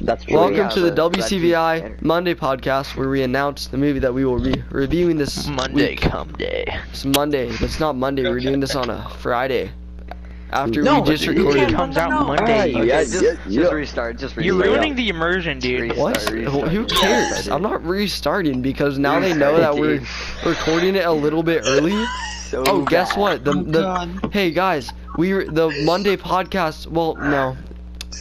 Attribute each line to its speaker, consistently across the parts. Speaker 1: That's true.
Speaker 2: Welcome
Speaker 1: yeah,
Speaker 2: to the
Speaker 1: but- but-
Speaker 2: WCVI Monday podcast, where we announce the movie that we will be reviewing this
Speaker 3: Monday
Speaker 2: week.
Speaker 3: come day.
Speaker 2: It's Monday, but it's not Monday. We're doing this on a Friday. After
Speaker 3: No,
Speaker 2: we just
Speaker 3: dude, it
Speaker 2: recorded.
Speaker 3: comes out Monday.
Speaker 1: Alright,
Speaker 3: Okay,
Speaker 1: yeah,
Speaker 3: just-
Speaker 1: yeah, yeah.
Speaker 4: Just restart. Just restart.
Speaker 3: You're ruining the immersion, dude.
Speaker 4: Restart,
Speaker 2: What?
Speaker 4: restart,
Speaker 2: Who cares? I'm not restarting because now they know that
Speaker 4: Restart,
Speaker 2: we're
Speaker 4: dude.
Speaker 2: recording it a little bit early.
Speaker 4: So
Speaker 2: Oh, guess
Speaker 4: bad.
Speaker 2: what? The
Speaker 5: Oh,
Speaker 2: the
Speaker 5: God.
Speaker 2: hey guys, we were- the Monday podcast. Well, no.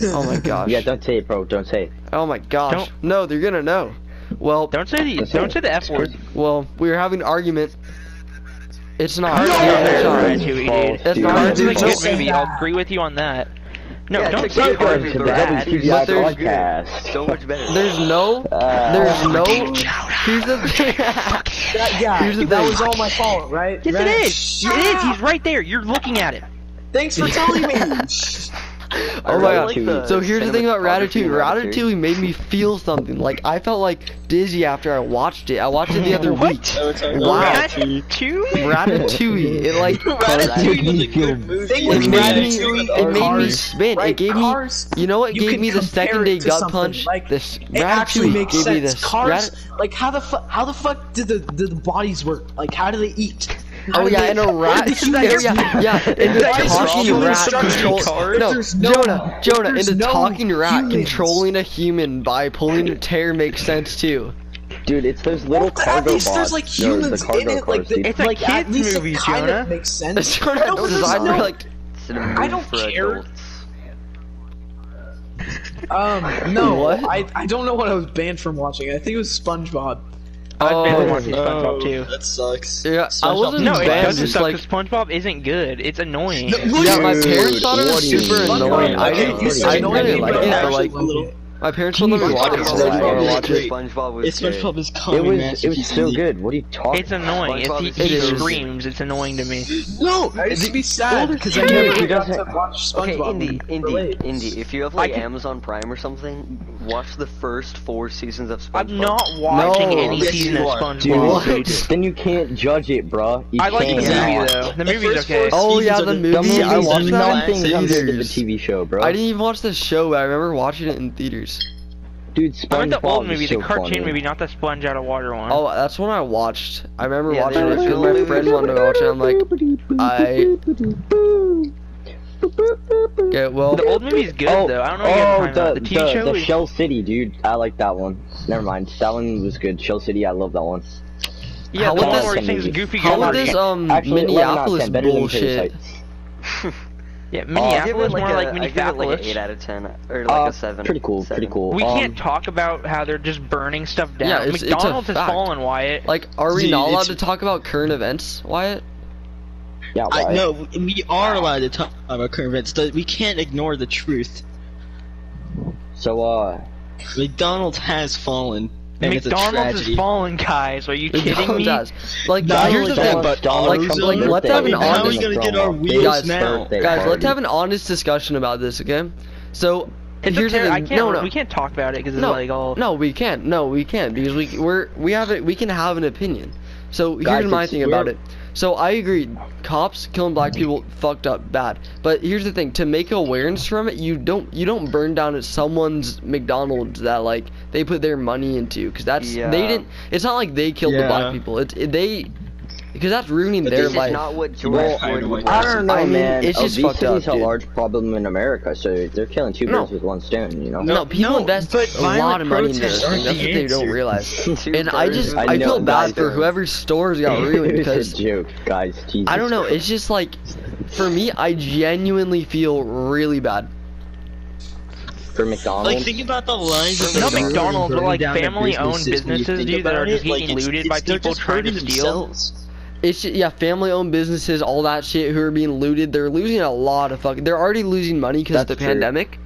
Speaker 2: Oh my gosh.
Speaker 1: Yeah, don't say it, bro. Don't say it.
Speaker 2: Oh my gosh.
Speaker 3: Don't-
Speaker 2: No, they're gonna know. Well,
Speaker 3: Don't say the
Speaker 1: That's
Speaker 3: don't
Speaker 1: it.
Speaker 3: say the F word.
Speaker 2: well, we were having an argument. It's not.
Speaker 3: Cars
Speaker 2: Yeah,
Speaker 3: is
Speaker 2: it's
Speaker 3: a
Speaker 2: not.
Speaker 3: great movie, dude.
Speaker 2: That's not-
Speaker 3: Cars is a
Speaker 5: Dude,
Speaker 3: good
Speaker 5: don't say
Speaker 3: movie.
Speaker 5: that.
Speaker 3: I'll agree with you on that. No,
Speaker 4: Yeah,
Speaker 3: don't
Speaker 4: it's
Speaker 3: say
Speaker 4: a great
Speaker 3: Cars
Speaker 4: movie,
Speaker 3: is
Speaker 1: to the
Speaker 4: bro.
Speaker 3: bad.
Speaker 1: WCVI
Speaker 2: But there's-
Speaker 1: podcast.
Speaker 4: So much better.
Speaker 2: There's no.
Speaker 1: Uh,
Speaker 2: There's no. Here's the thing.
Speaker 5: That guy.
Speaker 2: Here's the
Speaker 5: that
Speaker 2: thing.
Speaker 5: was all my fault, right?
Speaker 3: Yes,
Speaker 5: Right?
Speaker 3: it is. It is. He's right there. You're looking at it.
Speaker 5: Thanks for telling me.
Speaker 2: Oh my
Speaker 4: I
Speaker 2: gosh.
Speaker 4: like the
Speaker 2: So here's the thing about
Speaker 4: cinematography
Speaker 2: Ratatouille.
Speaker 4: in
Speaker 2: Ratatouille made me feel something. Like I felt like dizzy after I watched it. I watched it the other
Speaker 3: What?
Speaker 2: week.
Speaker 3: Wow.
Speaker 2: Wow.
Speaker 3: Two.
Speaker 2: Ratatouille. It like
Speaker 5: Ratatouille
Speaker 1: was a
Speaker 5: good movie. Thing
Speaker 2: it
Speaker 5: with
Speaker 2: made me
Speaker 5: Ratatouille
Speaker 2: it
Speaker 5: and
Speaker 2: made me
Speaker 5: Cars,
Speaker 2: spin.
Speaker 5: right?
Speaker 2: It gave me
Speaker 5: Cars,
Speaker 2: you know what
Speaker 5: you
Speaker 2: gave
Speaker 5: can
Speaker 2: me the
Speaker 5: compare
Speaker 2: second
Speaker 5: it
Speaker 2: day
Speaker 5: to
Speaker 2: gut
Speaker 5: something,
Speaker 2: punch.
Speaker 5: like,
Speaker 2: this
Speaker 5: it actually
Speaker 2: Ratatouille
Speaker 5: makes
Speaker 2: gave me
Speaker 5: sense.
Speaker 2: this.
Speaker 5: Cars,
Speaker 2: Rat-
Speaker 5: like how the fuck, how the fuck did the did the bodies work? Like how do they eat? How
Speaker 2: Oh
Speaker 5: do
Speaker 2: yeah,
Speaker 5: they-
Speaker 2: and a rat.
Speaker 5: Is
Speaker 2: oh,
Speaker 5: that just-
Speaker 2: yeah, yeah, and the
Speaker 5: That is
Speaker 2: talking
Speaker 5: human
Speaker 2: rat
Speaker 5: structure
Speaker 2: control.
Speaker 5: cars.
Speaker 2: No,
Speaker 5: There's no-
Speaker 2: Jonah, Jonah, and
Speaker 5: there's
Speaker 2: the
Speaker 5: no
Speaker 2: talking rat
Speaker 5: humans.
Speaker 2: controlling a human by pulling a tear makes sense too.
Speaker 1: Dude, it's those little
Speaker 5: Well,
Speaker 1: cargo
Speaker 5: at least
Speaker 1: bots.
Speaker 5: there's like
Speaker 1: No, the
Speaker 5: humans in
Speaker 1: cargo
Speaker 5: it. Like,
Speaker 1: cars,
Speaker 5: the,
Speaker 1: dude.
Speaker 3: It's a
Speaker 5: like at
Speaker 3: kid's
Speaker 5: least
Speaker 3: movie,
Speaker 5: it kind
Speaker 3: Jonah.
Speaker 5: of makes sense.
Speaker 2: Jonah,
Speaker 5: No,
Speaker 2: no,
Speaker 5: but there's
Speaker 2: designed
Speaker 5: no-
Speaker 2: for like
Speaker 4: It's a movie
Speaker 5: I don't
Speaker 4: for
Speaker 5: care.
Speaker 4: adults.
Speaker 5: Um, no,
Speaker 2: What?
Speaker 5: I I don't know what I was banned from watching. I think it was SpongeBob.
Speaker 3: I've been
Speaker 2: oh,
Speaker 3: watching SpongeBob too.
Speaker 6: That sucks.
Speaker 2: yeah, I wasn't
Speaker 3: No, it
Speaker 2: banned,
Speaker 3: doesn't
Speaker 2: just
Speaker 3: suck.
Speaker 2: like-
Speaker 3: 'cause SpongeBob isn't good. It's annoying.
Speaker 5: Look,
Speaker 2: Yeah, my
Speaker 1: Dude,
Speaker 2: parents thought it
Speaker 1: what
Speaker 2: was
Speaker 1: do you
Speaker 2: super
Speaker 1: mean?
Speaker 2: annoying. I
Speaker 1: Okay,
Speaker 2: didn't,
Speaker 1: you said
Speaker 2: I didn't
Speaker 1: annoying,
Speaker 2: really like
Speaker 1: but
Speaker 2: it.
Speaker 1: I
Speaker 2: I like my parents wouldn't let me watch it.
Speaker 6: Jeez,
Speaker 2: for a while.
Speaker 6: SpongeBob
Speaker 2: I
Speaker 6: is
Speaker 2: watched it.
Speaker 4: SpongeBob was
Speaker 5: It's SpongeBob is
Speaker 1: It
Speaker 5: coming, man.
Speaker 1: was it was so good. What are you talking?
Speaker 3: It's annoying. It's,
Speaker 4: SpongeBob
Speaker 3: he,
Speaker 4: is
Speaker 3: he
Speaker 2: good.
Speaker 3: screams. It's annoying to me.
Speaker 5: No, I used to be sad because I
Speaker 1: Dude,
Speaker 5: never
Speaker 1: he
Speaker 5: got to
Speaker 1: doesn't-
Speaker 5: watch
Speaker 4: Okay,
Speaker 5: SpongeBob.
Speaker 4: Indy,
Speaker 5: and
Speaker 4: Indy,
Speaker 5: relate.
Speaker 4: Indy. If you have like
Speaker 3: I can-
Speaker 4: Amazon Prime or something, watch the first four seasons of SpongeBob.
Speaker 3: I'm not watching
Speaker 2: No.
Speaker 3: any
Speaker 2: Yes,
Speaker 3: season
Speaker 6: you
Speaker 3: of
Speaker 6: are.
Speaker 1: Dude,
Speaker 3: SpongeBob.
Speaker 2: What?
Speaker 1: then you can't judge it, bro. You
Speaker 3: I like the
Speaker 1: can't.
Speaker 3: movie though. The movie's
Speaker 5: first
Speaker 3: okay.
Speaker 5: four
Speaker 2: Oh yeah,
Speaker 5: seasons
Speaker 2: the
Speaker 5: are
Speaker 2: movie.
Speaker 1: movie
Speaker 2: I
Speaker 1: is
Speaker 2: watched that in
Speaker 1: nothing compared to the
Speaker 2: theaters.
Speaker 1: TV show, bro.
Speaker 2: I didn't even watch the show, but I remember watching it in theaters.
Speaker 1: Dude,
Speaker 3: I meant
Speaker 1: SpongeBob
Speaker 3: the old
Speaker 1: is
Speaker 3: movie,
Speaker 1: so
Speaker 3: the cartoon
Speaker 1: funny.
Speaker 3: movie, not the sponge out of water one.
Speaker 2: Oh, that's when I watched. I remember
Speaker 4: Yeah,
Speaker 2: watching
Speaker 4: they
Speaker 2: it
Speaker 4: were
Speaker 2: because
Speaker 4: good
Speaker 2: my friend
Speaker 4: movies.
Speaker 2: wanted to watch it. I'm like, I. Okay, well,
Speaker 3: the old movie's good
Speaker 1: oh,
Speaker 3: though. I don't know.
Speaker 1: oh,
Speaker 3: if you have
Speaker 1: the,
Speaker 3: the, the TV
Speaker 1: the,
Speaker 3: show
Speaker 1: the
Speaker 3: is.
Speaker 1: Shell City, dude. I like that one. Never mind. That one was good. Shell City, I love that one.
Speaker 3: yeah,
Speaker 2: how
Speaker 3: the
Speaker 2: would
Speaker 3: one
Speaker 2: this-
Speaker 3: where he sings
Speaker 1: how
Speaker 3: Goofy
Speaker 2: how would
Speaker 3: Gilmore.
Speaker 2: this um
Speaker 1: Actually, 11 out of
Speaker 2: Minneapolis
Speaker 1: 10, better than
Speaker 2: bullshit?
Speaker 1: Parasite.
Speaker 3: Yeah,
Speaker 4: I give it
Speaker 3: Minneapolis
Speaker 4: like a,
Speaker 3: more
Speaker 4: I give it
Speaker 3: like
Speaker 4: like an
Speaker 3: Minneapolis.
Speaker 4: eight out of ten or
Speaker 1: Uh,
Speaker 4: like a seven.
Speaker 1: Pretty cool,
Speaker 4: seven.
Speaker 1: pretty cool.
Speaker 3: We
Speaker 1: Um,
Speaker 3: can't talk about how they're just burning stuff down.
Speaker 2: Yeah, it's- it's a
Speaker 3: McDonald's has
Speaker 2: fact.
Speaker 3: fallen, Wyatt.
Speaker 2: Like, are we
Speaker 6: Dude,
Speaker 2: not allowed
Speaker 6: it's-
Speaker 2: to talk about current events, Wyatt?
Speaker 1: Yeah,
Speaker 6: I
Speaker 1: why?
Speaker 6: no, we are allowed to talk about current events. but We can't ignore the truth.
Speaker 1: So, uh,
Speaker 6: McDonald's has fallen. And
Speaker 3: McDonald's
Speaker 6: it's a
Speaker 3: is
Speaker 6: tragedy.
Speaker 3: falling, guys. Are you kidding me?
Speaker 2: McDonald's has. Like,
Speaker 6: Not
Speaker 2: here's
Speaker 6: only
Speaker 2: the
Speaker 6: that,
Speaker 2: thing.
Speaker 6: but
Speaker 2: like-
Speaker 6: Donald
Speaker 2: like,
Speaker 6: Trump's
Speaker 2: let's have an
Speaker 6: birthday party. How are we
Speaker 1: honest-
Speaker 6: gonna get our wheels
Speaker 1: Guys,
Speaker 6: now?
Speaker 1: birthday
Speaker 2: Guys, let's
Speaker 1: party.
Speaker 2: have an honest discussion about this, okay? So,
Speaker 3: It's
Speaker 2: here's
Speaker 3: a
Speaker 2: the
Speaker 3: ter- I
Speaker 2: thing.
Speaker 3: can't.
Speaker 2: No, no.
Speaker 3: We can't talk about it because it's
Speaker 2: No,
Speaker 3: like all.
Speaker 2: no, we can't. No, we can't because we we're we have it. We can have an opinion. So
Speaker 1: Guys,
Speaker 2: here's my
Speaker 1: it's-
Speaker 2: thing about
Speaker 1: we're-
Speaker 2: it. So I agree, cops killing black people fucked up bad. But here's the thing: to make awareness from it, you don't you don't burn down at someone's McDonald's that like they put their money into because that's they
Speaker 4: Yeah.
Speaker 2: didn't. It's not like they killed the black
Speaker 6: Yeah.
Speaker 2: people. It's they because that's ruining
Speaker 6: But
Speaker 2: their
Speaker 4: This
Speaker 6: They're
Speaker 2: life.
Speaker 4: is not what George
Speaker 1: Well, uh,
Speaker 4: Floyd would
Speaker 1: I
Speaker 4: want.
Speaker 1: don't know,
Speaker 2: I mean,
Speaker 1: man.
Speaker 2: it's just
Speaker 1: Obesity's
Speaker 2: fucked up,
Speaker 1: a
Speaker 2: dude.
Speaker 1: large problem in America, so they're killing two
Speaker 2: No.
Speaker 1: birds with one stone, you know?
Speaker 2: No,
Speaker 6: No,
Speaker 2: people
Speaker 6: no,
Speaker 2: invest
Speaker 6: but
Speaker 2: a lot
Speaker 6: violent
Speaker 2: of money in this.
Speaker 6: protests
Speaker 2: That's
Speaker 6: aren't
Speaker 2: what
Speaker 6: the
Speaker 2: they don't
Speaker 6: answer.
Speaker 2: realize.
Speaker 4: Two
Speaker 2: And I
Speaker 4: birds
Speaker 2: just
Speaker 4: with
Speaker 2: I
Speaker 1: one
Speaker 2: feel
Speaker 1: stone.
Speaker 2: bad for
Speaker 1: Neither.
Speaker 2: whoever's stores got ruined
Speaker 1: it was
Speaker 2: because
Speaker 1: a joke, guys. Jesus.
Speaker 2: I don't know. It's just like, for me, I genuinely feel really bad.
Speaker 1: For McDonald's.
Speaker 6: Like think about the lines of
Speaker 3: Not
Speaker 6: McDonald's
Speaker 3: McDonald's, but, like,
Speaker 6: burning down their
Speaker 3: family-owned
Speaker 6: businesses when you
Speaker 3: businesses,
Speaker 6: think
Speaker 3: dude, that
Speaker 6: about
Speaker 3: are just
Speaker 6: it. Like,
Speaker 3: getting
Speaker 6: it's-
Speaker 3: looted
Speaker 6: it's-
Speaker 3: by
Speaker 6: they're
Speaker 3: people
Speaker 6: just
Speaker 3: trying to
Speaker 6: hurting
Speaker 3: steal.
Speaker 6: themselves.
Speaker 2: It's ju- yeah, family-owned businesses, all that shit, who are being looted. They're losing a lot of fucking. They're already losing money because of the
Speaker 1: That's true.
Speaker 2: pandemic,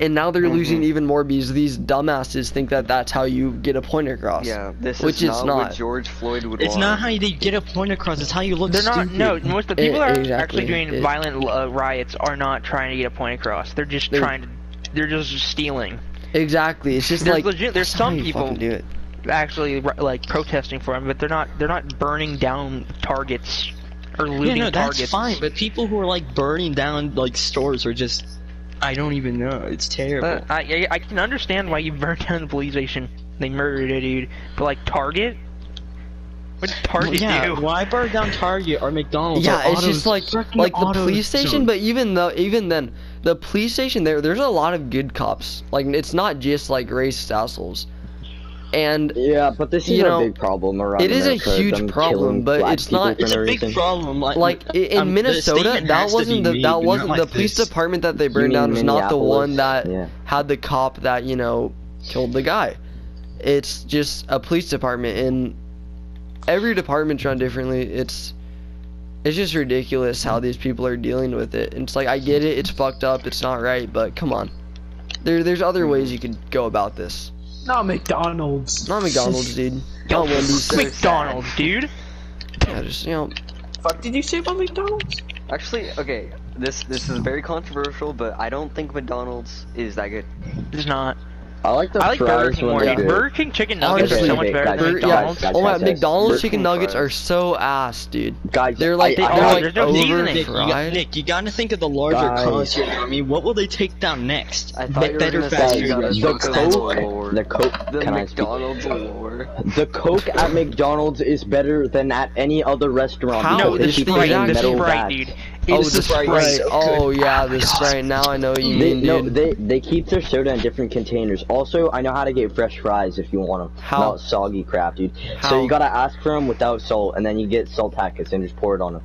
Speaker 2: and now
Speaker 3: Mm-hmm.
Speaker 2: they're losing even more because these dumbasses think that that's how you get a point across.
Speaker 4: Yeah, this
Speaker 2: Which
Speaker 4: is
Speaker 2: it's
Speaker 4: not,
Speaker 2: not.
Speaker 4: what George Floyd would
Speaker 6: It's
Speaker 4: want.
Speaker 6: not how you get a point across. It's how you look.
Speaker 3: They're not.
Speaker 6: stupid.
Speaker 3: No, most of the people
Speaker 2: Eh,
Speaker 3: that are
Speaker 2: exactly,
Speaker 3: actually doing
Speaker 2: eh.
Speaker 3: violent uh, riots are not trying to get a point across. They're just
Speaker 2: They're-
Speaker 3: trying to. They're just stealing.
Speaker 2: Exactly. It's just
Speaker 3: There's
Speaker 2: like
Speaker 3: legit- there's
Speaker 2: that's
Speaker 3: some
Speaker 2: how you
Speaker 3: people-
Speaker 2: fucking do it.
Speaker 3: Actually, ri- like protesting for them, but they're not. They're not burning down targets or
Speaker 6: Yeah,
Speaker 3: looting
Speaker 6: no, that's
Speaker 3: targets.
Speaker 6: fine. But people who are like burning down like stores or just I don't even know. It's terrible.
Speaker 3: Uh, I, I I can understand why you burned down the police station. They murdered a dude, but like Target. What did Target
Speaker 6: yeah,
Speaker 3: do?
Speaker 6: why burn down Target or McDonald's?
Speaker 2: yeah,
Speaker 6: or
Speaker 2: it's just like
Speaker 6: AutoZone?
Speaker 2: like the
Speaker 6: Auto
Speaker 2: police station,
Speaker 6: Zone?
Speaker 2: but even though even then, the police station there there's a lot of good cops. Like it's not just like racist assholes. And
Speaker 1: Yeah, but this is
Speaker 2: You
Speaker 1: a
Speaker 2: know,
Speaker 1: big problem around.
Speaker 2: it is a
Speaker 1: America,
Speaker 2: huge
Speaker 1: them
Speaker 2: problem,
Speaker 1: killing
Speaker 2: but
Speaker 1: black
Speaker 2: it's
Speaker 1: people
Speaker 2: not-
Speaker 1: for
Speaker 6: It's
Speaker 1: no
Speaker 6: a big
Speaker 1: reason.
Speaker 6: problem. Like,
Speaker 2: like i- in
Speaker 6: um, the
Speaker 2: Minnesota,
Speaker 6: statement has
Speaker 2: that
Speaker 6: to
Speaker 2: wasn't
Speaker 6: be
Speaker 2: the
Speaker 6: made,
Speaker 2: that
Speaker 6: but not
Speaker 2: wasn't
Speaker 6: like
Speaker 2: the police
Speaker 6: this.
Speaker 2: department that they
Speaker 1: You
Speaker 2: burned
Speaker 1: mean
Speaker 2: down was not the one
Speaker 1: Minneapolis?
Speaker 2: that
Speaker 1: Yeah.
Speaker 2: had the cop that you know killed the guy. It's just a police department, and every department's run differently. It's it's just ridiculous how these people are dealing with it. And it's like I get it, it's fucked up, it's not right, but come on, there there's other ways you could go about this.
Speaker 5: Not McDonald's.
Speaker 2: Not McDonald's, dude. Not
Speaker 3: Yo,
Speaker 2: Wendy's.
Speaker 3: McDonald's, dude.
Speaker 2: Yeah, just you know,
Speaker 5: Fuck, did you say about McDonald's?
Speaker 4: Actually, okay, this this is very controversial, but I don't think McDonald's is that good.
Speaker 3: It's not.
Speaker 1: I like the
Speaker 3: I like Burger
Speaker 1: fries
Speaker 3: King
Speaker 1: when
Speaker 3: more.
Speaker 1: they're
Speaker 3: dude.
Speaker 1: good.
Speaker 3: Burger King chicken nuggets
Speaker 2: Honestly,
Speaker 3: are so much better than
Speaker 2: Bur- yeah.
Speaker 3: McDonald's.
Speaker 1: Guys,
Speaker 2: Oh my,
Speaker 1: guys, guys.
Speaker 2: McDonald's chicken
Speaker 1: Burger King
Speaker 2: nuggets
Speaker 1: fries.
Speaker 2: are so ass, dude.
Speaker 1: Guys,
Speaker 2: They're like
Speaker 1: I,
Speaker 2: they're
Speaker 1: I,
Speaker 3: oh,
Speaker 2: like
Speaker 3: there's no seasoning.
Speaker 2: over
Speaker 6: Nick, you got,
Speaker 2: fried.
Speaker 6: Nick, you gotta think of the larger
Speaker 1: Guys.
Speaker 6: concert. I mean, what will they take down next?
Speaker 4: I
Speaker 6: Be-
Speaker 4: thought you were
Speaker 6: better
Speaker 4: gonna
Speaker 6: fast
Speaker 4: say
Speaker 6: food
Speaker 4: you gotta
Speaker 1: the
Speaker 6: restaurants. That's
Speaker 4: go-
Speaker 6: why.
Speaker 1: Coke, the Coke,
Speaker 4: The
Speaker 1: can I speak?
Speaker 4: McDonald's lore.
Speaker 1: The Coke at McDonald's is better than at any other restaurant.
Speaker 2: How?
Speaker 1: because they
Speaker 3: No, Oh, the
Speaker 2: This
Speaker 1: keep
Speaker 2: thing
Speaker 3: Sprite,
Speaker 1: putting
Speaker 2: is
Speaker 3: the
Speaker 1: metal
Speaker 3: Sprite,
Speaker 1: bags.
Speaker 3: dude.
Speaker 2: Oh,
Speaker 6: It's
Speaker 2: the
Speaker 6: Sprite.
Speaker 2: Sprite.
Speaker 6: So good.
Speaker 2: Oh yeah, the Sprite. Now I know what you
Speaker 1: They,
Speaker 2: mean,
Speaker 1: no,
Speaker 2: dude.
Speaker 1: they they keep their soda in different containers. Also, I know how to get fresh fries if you want them.
Speaker 2: How?
Speaker 1: Not soggy crap, dude.
Speaker 2: How?
Speaker 1: So you gotta ask for them without salt, and then you get salt packets and just pour it on them,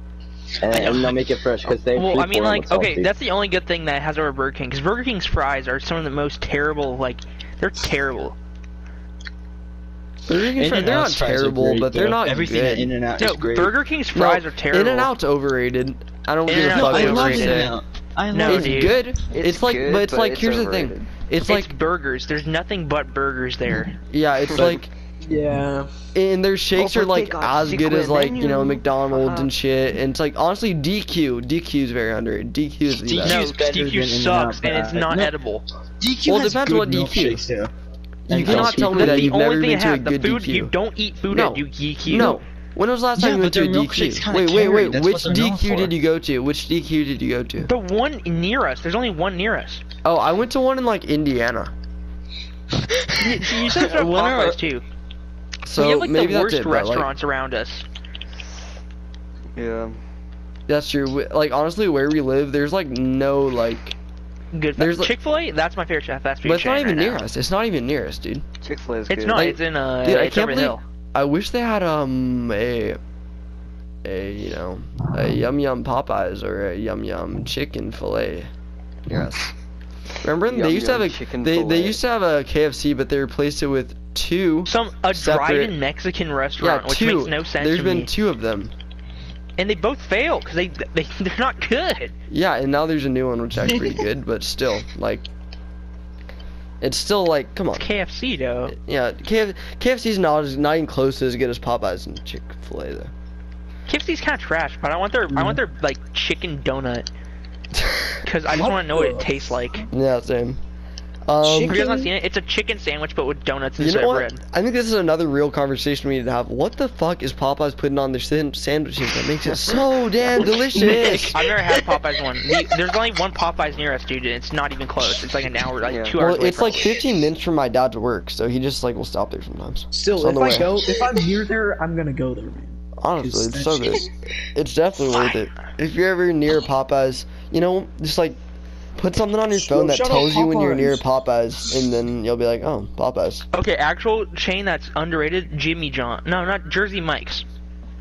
Speaker 1: and,
Speaker 6: I know.
Speaker 1: and they'll make it fresh because they.
Speaker 3: Well,
Speaker 1: free
Speaker 3: I mean,
Speaker 1: pour 'em
Speaker 3: like,
Speaker 1: with salt,
Speaker 3: okay,
Speaker 1: dude.
Speaker 3: that's the only good thing that it has over Burger King, because Burger King's fries are some of the most terrible. Like, they're terrible.
Speaker 2: Burger King fries, they're not
Speaker 6: In-N-Out's fries are
Speaker 2: terrible,
Speaker 6: great,
Speaker 2: but they're
Speaker 6: though.
Speaker 2: not
Speaker 6: Everything
Speaker 2: good.
Speaker 6: at In-N-Out
Speaker 3: No,
Speaker 6: is great.
Speaker 3: Burger King's fries are terrible.
Speaker 2: In and Out's overrated. I don't give a
Speaker 3: In-N-Out's
Speaker 6: no,
Speaker 2: fuck
Speaker 6: I
Speaker 2: what
Speaker 6: love
Speaker 2: they
Speaker 3: overrated.
Speaker 2: say.
Speaker 6: In-N-Out. I
Speaker 3: No,
Speaker 6: love
Speaker 2: It's
Speaker 3: dude.
Speaker 2: good. It's,
Speaker 4: It's
Speaker 2: like,
Speaker 4: good,
Speaker 2: but it's
Speaker 4: but
Speaker 2: like
Speaker 4: it's
Speaker 2: here's the
Speaker 4: overrated.
Speaker 2: thing. It's
Speaker 3: It's
Speaker 2: like
Speaker 3: burgers. There's nothing but burgers there.
Speaker 2: yeah, it's like
Speaker 5: Yeah.
Speaker 2: and their shakes
Speaker 4: Oh,
Speaker 2: are
Speaker 4: but they
Speaker 2: like
Speaker 4: got
Speaker 2: as good as
Speaker 4: secret
Speaker 2: like you know
Speaker 4: menu.
Speaker 2: McDonald's
Speaker 4: Uh-huh.
Speaker 2: and shit. And it's like honestly DQ DQ is very underrated. DQ is the best.
Speaker 3: no,
Speaker 6: DQ's better than
Speaker 3: DQ
Speaker 6: In-N-Out,
Speaker 3: sucks and
Speaker 6: but
Speaker 3: it's not
Speaker 6: no.
Speaker 3: edible.
Speaker 6: DQ
Speaker 2: Well,
Speaker 6: has
Speaker 2: depends
Speaker 6: good
Speaker 2: what DQ.
Speaker 6: milkshakes, though.
Speaker 2: You
Speaker 6: And
Speaker 2: cannot
Speaker 6: Kelsey.
Speaker 2: tell me
Speaker 3: That's
Speaker 2: that
Speaker 3: the
Speaker 2: you've
Speaker 3: only
Speaker 2: never
Speaker 3: thing
Speaker 2: been
Speaker 3: I
Speaker 2: to a
Speaker 3: have.
Speaker 2: good
Speaker 3: the food
Speaker 2: DQ.
Speaker 3: you don't eat food
Speaker 2: No.
Speaker 3: at. You DQ.
Speaker 2: No. When was the last
Speaker 6: Yeah,
Speaker 2: time you
Speaker 6: but
Speaker 2: went to a
Speaker 6: their milkshake's
Speaker 2: DQ?
Speaker 6: kinda
Speaker 2: Wait, wait,
Speaker 6: carry,
Speaker 2: wait.
Speaker 6: that's
Speaker 2: Which
Speaker 6: what they're known
Speaker 2: DQ
Speaker 6: for.
Speaker 2: did you go to? Which DQ did you go to?
Speaker 3: The one near us. There's only one near us.
Speaker 2: Oh, I went to one in like Indiana.
Speaker 3: You, you said so
Speaker 6: When are-
Speaker 3: Popeyes too.
Speaker 2: So
Speaker 3: we have like
Speaker 2: maybe
Speaker 3: the
Speaker 2: that's
Speaker 3: worst
Speaker 2: it. But, like,
Speaker 3: restaurants around us.
Speaker 4: Yeah.
Speaker 2: that's true. We- Like honestly, where we live, there's like no like.
Speaker 3: Good.
Speaker 2: There's, like-
Speaker 3: Chick Fil A. That's my favorite chef fast food
Speaker 2: But it's
Speaker 3: chain
Speaker 2: not even
Speaker 3: right
Speaker 2: near
Speaker 3: now.
Speaker 2: us. It's not even near us, dude.
Speaker 4: Chick Fil A is
Speaker 3: It's
Speaker 4: good.
Speaker 3: not.
Speaker 2: Like,
Speaker 3: it's in uh.
Speaker 2: dude, I
Speaker 3: it's
Speaker 2: can't
Speaker 3: over the
Speaker 2: believe-
Speaker 3: hill.
Speaker 2: I wish they had um a, a you know a yum yum Popeyes or a yum yum chicken fillet near us. Remember
Speaker 4: Yum
Speaker 2: they used to have
Speaker 4: Yum
Speaker 2: a
Speaker 4: Chicken
Speaker 2: they they
Speaker 4: Filet.
Speaker 2: used to have a KFC, but they replaced it with two.
Speaker 3: Some a
Speaker 2: Separate-
Speaker 3: drive-in Mexican
Speaker 2: Yeah,
Speaker 3: restaurant, which
Speaker 2: two.
Speaker 3: makes no sense
Speaker 2: There's
Speaker 3: to
Speaker 2: been
Speaker 3: me.
Speaker 2: two of them.
Speaker 3: and they both fail because they they they're not good.
Speaker 2: Yeah, and now there's a new one which acts pretty good, but still, like, it's still like, come on.
Speaker 3: KFC though.
Speaker 2: Yeah, Kf- KFC's not as not even close to as good as Popeyes and Chick Fil A though.
Speaker 3: KFC's kind of trash, but I want their I want their like chicken donut because I just
Speaker 5: What
Speaker 3: want to know what it
Speaker 5: the-
Speaker 3: tastes like. Have
Speaker 2: yeah, same. Um,
Speaker 5: Chick-
Speaker 3: you guys not seen it? It's a chicken sandwich but with donuts
Speaker 2: you
Speaker 3: instead
Speaker 2: know
Speaker 3: of
Speaker 2: what?
Speaker 3: bread.
Speaker 2: I think this is another real conversation we need to have. What the fuck is Popeyes putting on their san- sandwiches that makes it so damn delicious?
Speaker 3: I've never had Popeyes one. We, there's only one Popeyes near us, dude, and it's not even close. It's like an hour, like
Speaker 4: Yeah.
Speaker 3: two hours.
Speaker 2: Well,
Speaker 3: away
Speaker 2: it's
Speaker 3: from
Speaker 2: like
Speaker 3: us.
Speaker 2: 15 minutes from my dad's work, so he just like will stop there sometimes. It's
Speaker 5: Still,
Speaker 2: on
Speaker 5: if
Speaker 2: the way.
Speaker 5: I go, if I'm near there, I'm gonna go there, man.
Speaker 2: Honestly,
Speaker 5: Is
Speaker 2: it's
Speaker 5: that
Speaker 2: so good. It's definitely worth it. If you're ever near Popeyes, you know, just like put something on your
Speaker 5: Yo,
Speaker 2: phone that
Speaker 5: shout out
Speaker 2: tells you when you're near
Speaker 5: Popeyes.
Speaker 2: Popeyes, and then you'll be like, oh, Popeyes.
Speaker 3: Okay, actual chain that's underrated, Jimmy John. No, not Jersey Mike's.